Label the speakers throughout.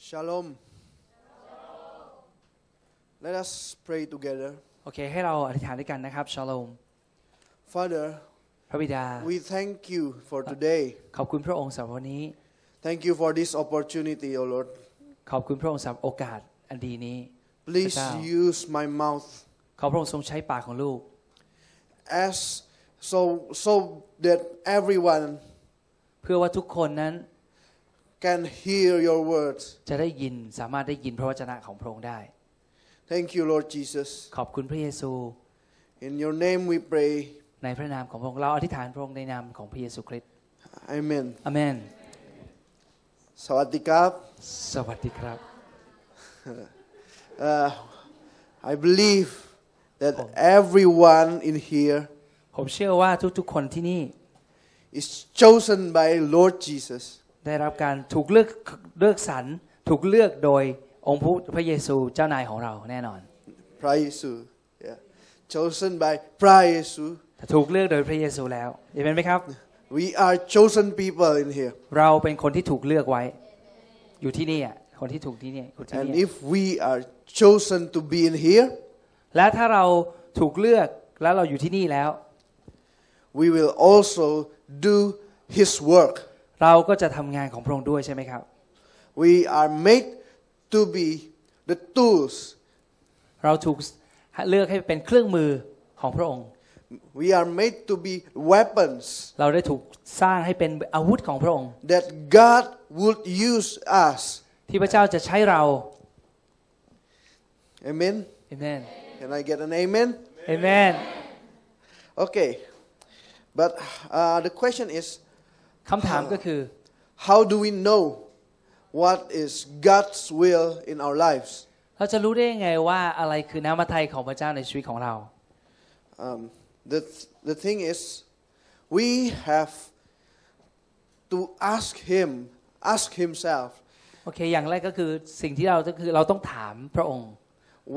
Speaker 1: Shalom. Let us pray together.
Speaker 2: โอเค ให้เราอธิษฐานด้วยกันนะครับ ชาโลม
Speaker 1: Father,
Speaker 2: พระบิดา
Speaker 1: we thank you for today.
Speaker 2: ขอบคุณพระองค์สำหรับวันนี้
Speaker 1: Thank you for this opportunity, O Lord.
Speaker 2: ขอบคุณพระองค์สำหรับโอกาสอันดีนี้
Speaker 1: Please
Speaker 2: Ciao.
Speaker 1: use my mouth
Speaker 2: ขอพระองค์ทรงใช้ปากของลูก
Speaker 1: as so so that everyone
Speaker 2: เพื่อว่าทุกคนนั้น
Speaker 1: can hear your words.
Speaker 2: จะได้ยินสามารถได้ยินพระวจนะของพระองค์ได้
Speaker 1: Thank you, Lord Jesus.
Speaker 2: ขอบคุณพระเยซู
Speaker 1: In your name we pray.
Speaker 2: ในพระนามของพระองค์เราอธิษฐานพระองค์ในนามของพระเยซูคริสต์
Speaker 1: Amen.
Speaker 2: อเมน
Speaker 1: Sawadikap.
Speaker 2: สวัสดีครับ
Speaker 1: Uh, I believe that everyone in here
Speaker 2: ผมเชื่อว่าทุกๆ คนที่นี่
Speaker 1: is chosen by Lord Jesus.
Speaker 2: ได้รับการถูกเลือกเลือกสรรถูกเลือกโดยองค์พระเยซูเจ้านายของเราแน่นอน
Speaker 1: Prayesu. Yeah. Chosen by Prayesu.
Speaker 2: ถูกเลือกโดยพระเยซูแล้วเห็นไหมครับ
Speaker 1: We are chosen people in here.
Speaker 2: เราเป็นคนที่ถูกเลือกไว้ อยู่ที่นี่อ่ะคนที่ถูกที่นี่คนที่
Speaker 1: And
Speaker 2: นี่
Speaker 1: if we are chosen to be in here,
Speaker 2: และถ้าเราถูกเลือกแล้วเราอยู่ที่นี่แล้ว
Speaker 1: we will also do His work.
Speaker 2: เราก็จะทำงานของพระองค์ด้วยใช่ไหมครับ
Speaker 1: We are made to be the tools.
Speaker 2: เราถูกเลือกให้เป็นเครื่องมือของพระองค์
Speaker 1: We are made to be weapons
Speaker 2: เราได้ถูกสร้างให้เป็นอาวุธของพระองค์
Speaker 1: that God would use us.
Speaker 2: ที่พระเจ้าจะใช้เรา
Speaker 1: Amen.
Speaker 2: เอเมน
Speaker 1: Can I get an amen?
Speaker 2: เอเมน
Speaker 1: Okay. But uh, the question is
Speaker 2: คำถามก็คือ
Speaker 1: How do we know what is God's will in our lives?
Speaker 2: เราจะรู้ได้ยังไงว่าอะไรคือน้ำพระทัยของพระเจ้าในชีวิตของเรา
Speaker 1: Um, the, th- the thing is, we have to ask Him, ask Himself,
Speaker 2: โอเค อย่างแรกก็คือสิ่งที่เราก็คือเราต้องถามพระองค์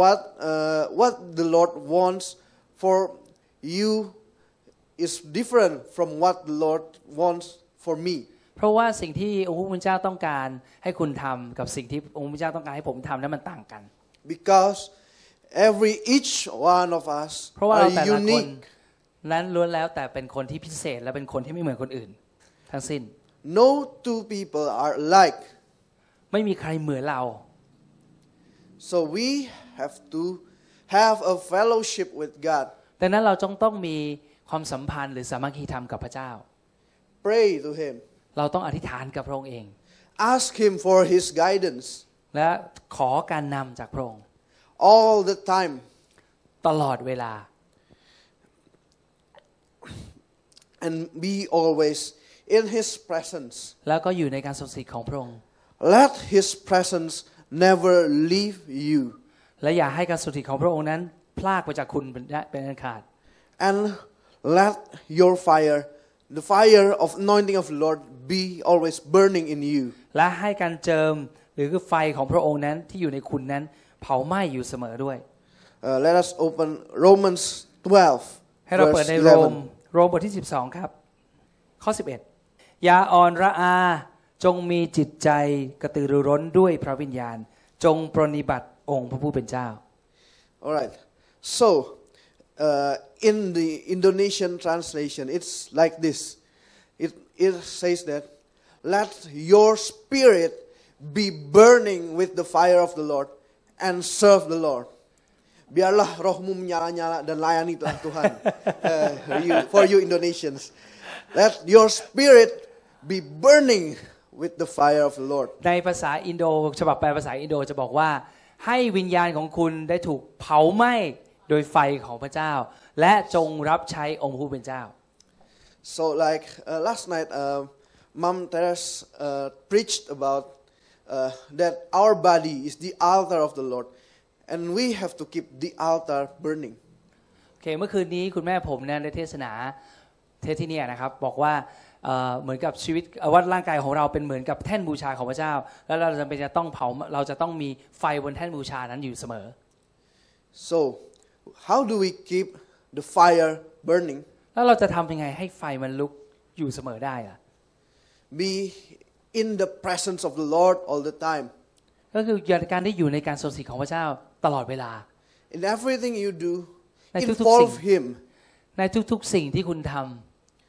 Speaker 1: what, uh, what the Lord wants for you is different from what the Lord wants for me.
Speaker 2: เพราะว่าสิ่งที่องค์พระผู้เป็นเจ้าต้องการให้คุณทำกับสิ่งที่องค์พระผู้เป็นเจ้าต้องการให้ผมทำนั้นมันต่างกัน
Speaker 1: Because every each one of us
Speaker 2: เพราะว่าเรา
Speaker 1: are
Speaker 2: แต่ละคน
Speaker 1: unique.
Speaker 2: นั้นล้วนแล้วแต่เป็นคนที่พิเศษและเป็นคนที่ไม่เหมือนคนอื่น ทั้งสิ้น
Speaker 1: No two people are alike.
Speaker 2: ไม่มีใครเหมือนเรา
Speaker 1: So we have to have a fellowship with God.
Speaker 2: ดังนั้นเราจงต้องมีความสัมพันธ์หรือสามัคคีธรรมกับพระเจ้า
Speaker 1: Pray to Him.
Speaker 2: เราต้องอธิษฐานกับพระองค์เอง
Speaker 1: Ask Him for His guidance
Speaker 2: และขอการนำจากพระองค์
Speaker 1: all the time.
Speaker 2: ตลอดเวลา
Speaker 1: And be always in His presence.
Speaker 2: แล้วก็อยู่ในการทรงสิทธิ์ของพระองค์
Speaker 1: Let His presence never leave you.
Speaker 2: และอย่าให้การทรงสิทธิ์ของพระองค์นั้น พลากไปจากคุณเป็นเป็นอันขาด
Speaker 1: And let your fire, the fire of anointing of the Lord, be always burning in you.
Speaker 2: และให้การเจิมหรือคือไฟของพระองค์นั้นที่อยู่ในคุณนั้น เผาไหม้อยู่เสมอด้วย
Speaker 1: Uh, let us open Romans 12.
Speaker 2: ให้เรา
Speaker 1: verse
Speaker 2: เปิดในโรม
Speaker 1: 11.
Speaker 2: โรมบทที่ 12 ครับ ข้อ 11 อย่าอ่อนระอา จงมีจิตใจกระตือรือร้นด้วยพระวิญญาณ จงปรนนิบัติองค์พระผู้เป็นเจ้า
Speaker 1: All right. So, uh, in the Indonesian translation, it's like this. It it says that, let your spirit be burning with the fire of the Lord and serve the Lord. Biarlah rohmu menyala-nyala dan layani telah Tuhan. Uh, you- for you Indonesians, let your spirit be burning with the fire of the Lord.
Speaker 2: ในภาษาอินโดฉบับแปลภาษาอินโดจะบอกว่า ให้วิญญาณของคุณได้ถูกเผาไหม้โดยไฟของพระเจ้า และจงรับใช้องค์พระผู้เป็นเจ้า
Speaker 1: So, like uh, last night, uh, Mom Teres uh, preached about uh, that our body is the altar of the Lord, and we have to keep the altar burning.
Speaker 2: โอเคเมื่อคืนนี้คุณแม่ผมเนี่ยได้เทศนาเทศที่เนี่ยนะครับ บอกว่าเอ่อเหมือนกับชีวิตเอ่อว่าร่างกายของเราเป็นเหมือนกับแท่นบูชาของพระเจ้า แล้วเราจำเป็นจะต้องเผาเราจะต้องมีไฟบนแท่นบูชานั้นอยู่เสมอ
Speaker 1: So, how do we keep the fire burning?
Speaker 2: แล้วเราจะทำยังไงให้ไฟมันลุกอยู่เสมอได้ล่ะ
Speaker 1: Be in the presence of the Lord all the time.
Speaker 2: ก็คือการได้อยู่ในการทรงสิทธิ์ของพระเจ้าตลอดเวลา
Speaker 1: In everything you do,
Speaker 2: Nah, itu tuh
Speaker 1: involve
Speaker 2: sing.
Speaker 1: Him
Speaker 2: ในทุกๆสิ่งที่คุณท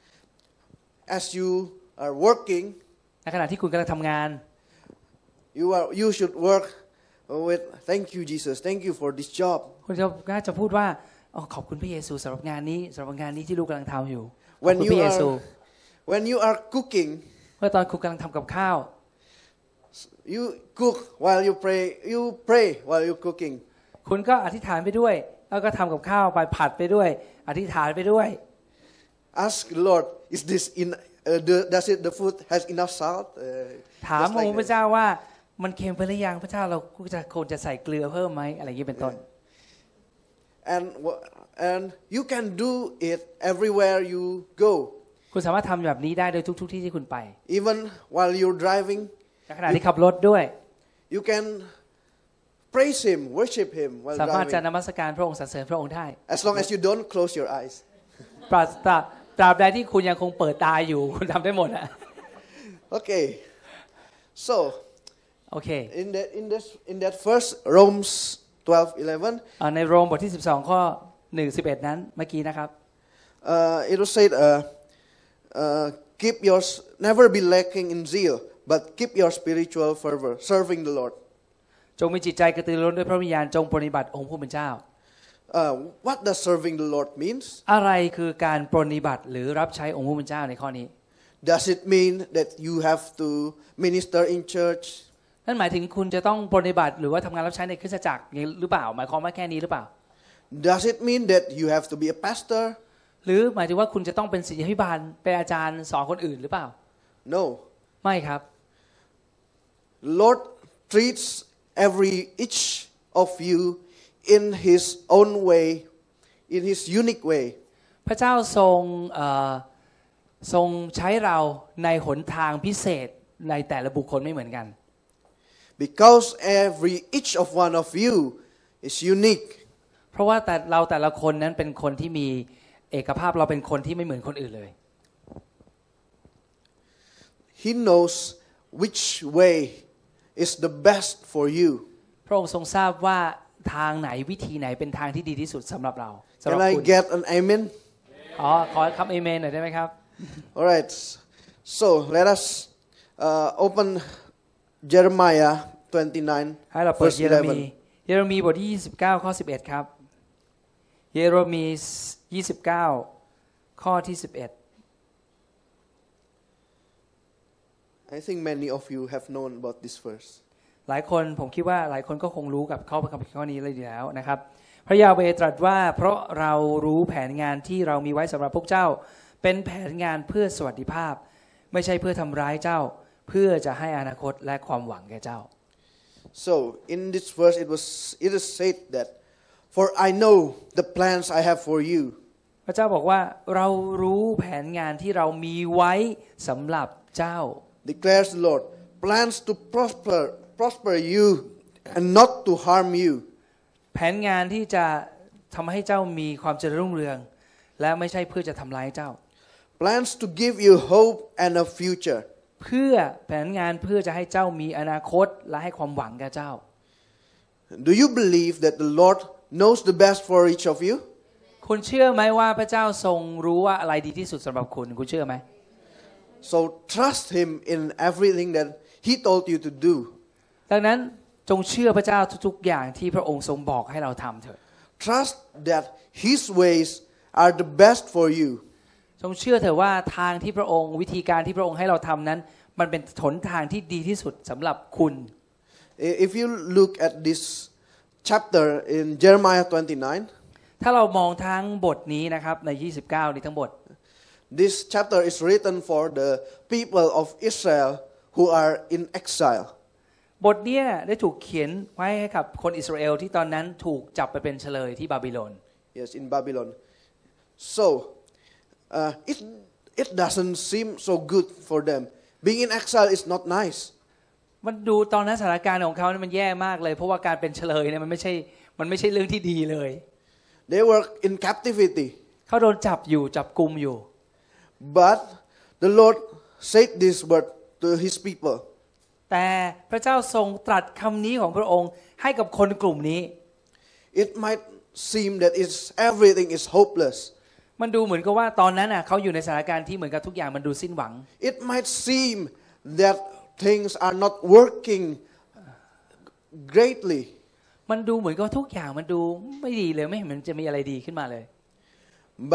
Speaker 2: ำ
Speaker 1: as you are working.
Speaker 2: ในขณะที่คุณกำลังทำงาน
Speaker 1: You are you should work with thank you Jesus, thank you for this job.
Speaker 2: คุณจะน่าจะพูดว่าอ๋อขอบคุณพระเยซูสำหรับงานนี้สำหรับงานนี้ที่ลูกกำลังทำอยู่ขอบ
Speaker 1: When
Speaker 2: คุณ
Speaker 1: you
Speaker 2: พระเยซู
Speaker 1: are when you are cooking,
Speaker 2: เมื่อตอนคุณกำลังทำกับข้าว
Speaker 1: you cook while you pray. You pray while you're cooking.
Speaker 2: คุณก็อธิษฐานไปด้วย แล้วก็ทำกับข้าวไปผัดไปด้วย อธิษฐานไปด้วย
Speaker 1: Ask the Lord, is this in uh, the, does it the food has enough salt? Uh,
Speaker 2: ถาม
Speaker 1: just
Speaker 2: อง
Speaker 1: like
Speaker 2: ค์พระ
Speaker 1: that.
Speaker 2: เจ้าว่ามันเค็มไปหรือยังพระเจ้าเราควรจะควรจะใส่เกลือเพิ่มไหมอะไรอย่างนี้เป็นต้น
Speaker 1: and wha- and you can do it everywhere you go,
Speaker 2: คุณสามารถทำแบบนี้ได้โดยทุก ๆ ที่ที่คุณไป
Speaker 1: even while you're driving.
Speaker 2: ในขณะที่ขับรถด้วย
Speaker 1: You can praise Him, worship Him while
Speaker 2: สามารถจะ
Speaker 1: driving,
Speaker 2: นมัสการพระองค์สรรเสริญพระองค์ได้
Speaker 1: as long as you don't close your eyes.
Speaker 2: ปราศตราตราบใดที่คุณยังคงเปิดตาอยู่ คุณทำได้หมดอะ
Speaker 1: Okay, so
Speaker 2: โอเค
Speaker 1: in that in this in that first Romans 12, 11,
Speaker 2: เอ่อในโรมบทที่ 12 ข้อ 1 11 นั้นเมื่อกี้นะครับ
Speaker 1: uh, it was said, uh, uh, keep your never be lacking in zeal, but keep your spiritual fervor, serving the Lord.
Speaker 2: จงมีจิตใจกระตือรือร้นด้วยพระวิญญาณจงปรนนิบัติองค์ผู้เป็นเจ้า
Speaker 1: Uh, what does serving the Lord means?
Speaker 2: อะไรคือการปรนนิบัติหรือรับใช้องค์ผู้เป็นเจ้าในข้อนี้
Speaker 1: Does it mean that you have to minister in church?
Speaker 2: นั่นหมายถึงคุณจะต้องปรนนิบัติหรือว่าทำงานรับใช้ในคริสตจักรอย่างนี้หรือเปล่า หมายความว่าแค่นี้หรือเปล่า
Speaker 1: Does it mean that you have to be a pastor?
Speaker 2: หรือหมายถึงว่าคุณจะต้องเป็นศิษยาภิบาลเป็นอาจารย์สอนคนอื่นหรือเปล่า
Speaker 1: No.
Speaker 2: ไม่ครับ
Speaker 1: Lord treats every each of you in his own way, in his unique way.
Speaker 2: พระเจ้าทรงเอ่อทรงใช้เราในหนทางพิเศษในแต่ละบุคคลไม่เหมือนกัน
Speaker 1: Because every each of one of you is unique.
Speaker 2: เพราะว่าแต่เราแต่ละคนนั้นเป็นคนที่มีเอกภาพเราเป็นคนที่ไม่เหมือนคนอื่นเลย
Speaker 1: He knows which way is the best for you.
Speaker 2: พระองค์ทรงทราบว่าทางไหนวิธีไหนเป็นทางที่ดีที่สุดสำหรับเราสำหรับ
Speaker 1: Can I
Speaker 2: คุณ
Speaker 1: get an amen?
Speaker 2: อ๋อขอคำเอเมนหน่อยได้ไหมครับ
Speaker 1: All right. So let us uh, open Jeremiah 29,
Speaker 2: ให้เราเปิด
Speaker 1: verse
Speaker 2: เยเรมี
Speaker 1: 11.
Speaker 2: เยเรมีบทที่ 29 ข้อ 11 ครับ เยเรมี 29 ข้อที่ 11
Speaker 1: I think many of you have known about this verse.
Speaker 2: หลายคนผมคิดว่าหลายคนก็คงรู้กับข้อพระคัมภีร์ข้อนี้เลยอยู่แล้วนะครับ พระยาเวตรัสว่าเพราะเรารู้แผนงานที่เรามีไว้สำหรับพวกเจ้า เป็นแผนงานเพื่อสวัสดิภาพ ไม่ใช่เพื่อทำร้ายเจ้า เพื่อจะให้อนาคตและความหวังแก่เจ้า
Speaker 1: So in this verse it was it is said that for I know the plans I have for you
Speaker 2: พระเจ้าบอกว่าเรารู้แผนงานที่เรามีไว้สำหรับเจ้า
Speaker 1: declares the Lord plans to prosper prosper you and not to harm you
Speaker 2: แผนงานที่จะทำให้เจ้ามีความเจริญรุ่งเรือง และไม่ใช่เพื่อจะทำร้ายเจ้า
Speaker 1: plans to give you hope and a future
Speaker 2: เพื่อแผนงานเพื่อจะให้เจ้ามีอนาคตและให้ความหวังแก่เจ้า
Speaker 1: do you believe that the Lord knows the best for each of you
Speaker 2: คุณเชื่อไหมว่าพระเจ้าทรงรู้ว่าอะไรดีที่สุดสำหรับคุณ คุณเชื่อไหม
Speaker 1: so trust him in everything that he told you to do
Speaker 2: ดังนั้นจงเชื่อพระเจ้าทุกๆ อย่างที่พระองค์ทรงบอกให้เราทำเถอะ
Speaker 1: trust that his ways are the best for you
Speaker 2: จงเชื่อเถอะว่าทางที่พระองค์วิธีการที่พระองค์ให้เราทำนั้น มันเป็นหนทางที่ดีที่สุดสำหรับคุณ
Speaker 1: I- If you look at this chapter in Jeremiah 29,
Speaker 2: ถ้าเรามองทั้งบทนี้นะครับใน 29 นี้ทั้งบท
Speaker 1: this chapter is written for the people of Israel who are in exile.
Speaker 2: บทเนี้ยได้ถูกเขียนไว้ให้กับคนอิสราเอลที่ตอนนั้นถูกจับไปเป็นเฉลยที่บาบิโลน
Speaker 1: Yes, in Babylon. So, uh, it, it doesn't seem so good for them. Being in exile is not nice.
Speaker 2: มันดูตอนนั้นสถานการณ์ของเขาเนี่ยมันแย่มากเลย เพราะว่าการเป็นเฉลยเนี่ยมันไม่ใช่ มันไม่ใช่เรื่องที่ดีเลย
Speaker 1: They were in captivity.
Speaker 2: เขาโดนจับอยู่จับกลุมอยู่
Speaker 1: But the Lord said this word to his people
Speaker 2: แต่พระเจ้าทรงตรัสคำนี้ของพระองค์ให้กับคนกลุ่มนี้
Speaker 1: It might seem that it's, everything is hopeless.
Speaker 2: มันดูเหมือนกับว่าตอนนั้นน่ะเขาอยู่ในสถานการณ์ที่เหมือนกับทุกอย่างมันดูสิ้นหวัง
Speaker 1: It might seem that things are not working greatly.
Speaker 2: มันดูเหมือนกับว่าทุกอย่างมันดูไม่ดีเลยไม่เห็นมันจะมีอะไรดีขึ้นมาเลย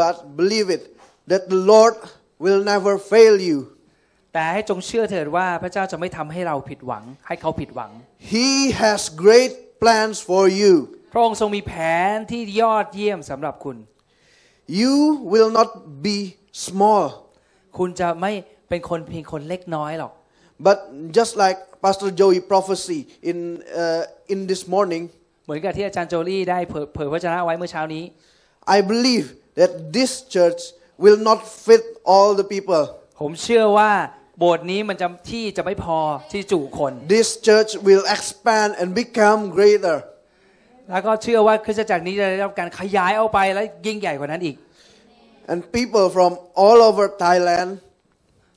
Speaker 1: But believe it, that the Lord will never fail you.
Speaker 2: แต่ให้จงเชื่อเถิดว่าพระเจ้าจะไม่ทำให้เราผิดหวัง ให้เขาผิดหวัง
Speaker 1: He has great plans for you.
Speaker 2: พระองค์ทรงมีแผนที่ยอดเยี่ยมสำหรับคุณ
Speaker 1: You will not be small.
Speaker 2: คุณจะไม่เป็นคนเพียงคนเล็กน้อยหรอก
Speaker 1: But just like Pastor Joey prophecy in, uh, in this morning,
Speaker 2: เหมือนกับที่อาจารย์โจลี่ได้เผยเผยพระชนะไว้เมื่อเช้านี้
Speaker 1: I believe that this church will not fit all the people.
Speaker 2: ผมเชื่อว่าโบสถ์นี้มันจะที่จะไม่พอที่จุคน
Speaker 1: This church will expand and become greater.
Speaker 2: แล้วก็เชื่อว่าคริสตจักรนี้จะได้รับการขยายออกไปและยิ่งใหญ่กว่านั้นอีก
Speaker 1: And people from all over Thailand,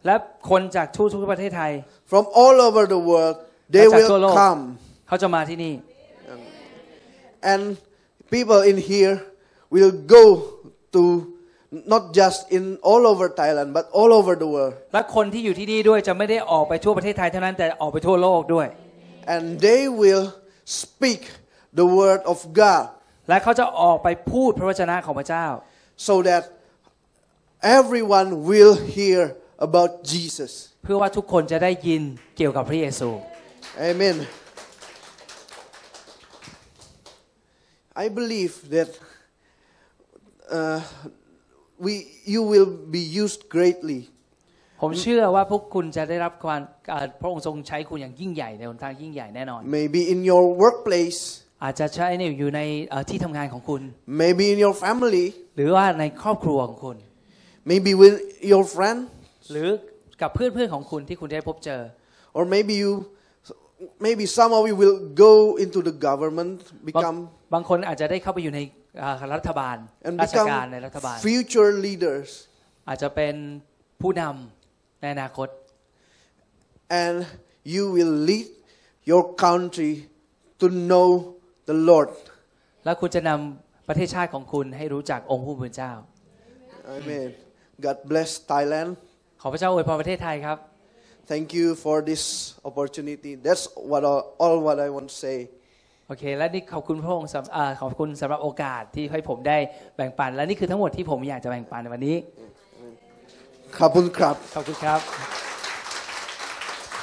Speaker 2: และคนจากทั่วทุกประเทศไทย
Speaker 1: from all over the world, they
Speaker 2: และจากทั่วโล
Speaker 1: will
Speaker 2: ก
Speaker 1: come.
Speaker 2: เขาจะมาที่นี่
Speaker 1: And people in here will go to not just in all over Thailand, but all over the world.
Speaker 2: และคนที่อยู่ที่นี่ด้วยจะไม่ได้ออกไปทั่วประเทศไทยเท่านั้นแต่ออกไปทั่วโลกด้วย
Speaker 1: And they will speak the word of God
Speaker 2: และเขาจะออกไปพูดพระวจนะของพระเจ้า
Speaker 1: so that everyone will hear about Jesus.
Speaker 2: เพื่อว่าทุกคนจะได้ยินเกี่ยวกับพระเยซู
Speaker 1: Amen. I believe that uh, we, you will be used greatly.
Speaker 2: ผมเชื่อว่าพวกคุณจะได้รับการอ่าพระองค์ทรงใช้คุณอย่างยิ่งใหญ่ในหนทางยิ่งใหญ่แน่นอน
Speaker 1: Maybe in your workplace,
Speaker 2: อาจจะใช้ในอยู่ในเอ่อที่ทำงานของคุณ
Speaker 1: maybe in your family,
Speaker 2: หรือว่าในครอบครัวของคุณ
Speaker 1: maybe with your friend,
Speaker 2: หรือกับเพื่อนเพื่อนๆของคุณที่คุณได้พบเจอ
Speaker 1: or maybe you, maybe some of you will go into the government,
Speaker 2: บาง
Speaker 1: become
Speaker 2: บางคนอาจจะได้เข้าไปอยู่ในอ่ารัฐบาล
Speaker 1: and
Speaker 2: ราชการในรัฐบาล
Speaker 1: become future leaders.
Speaker 2: อาจจะเป็นผู้นำในอนาคต
Speaker 1: and you will lead your country to know the Lord.
Speaker 2: แล้วคุณจะนำประเทศชาติของคุณให้รู้จักองค์ผู้เป็นเจ้า
Speaker 1: Amen. God bless Thailand.
Speaker 2: ขอพระเจ้าอวยพรประเทศไทยครับ
Speaker 1: Thank you for this opportunity. That's what all, all what I want to say.
Speaker 2: โอเค และนี่ขอบคุณพระองค์สำอาขอบคุณสำหรับโอกาสที่ให้ผมได้แบ่งปัน และนี่คือทั้งหมดที่ผมอยากจะแบ่งปันในวันนี้
Speaker 1: Kabul Krab.
Speaker 2: ขอบคุณครับ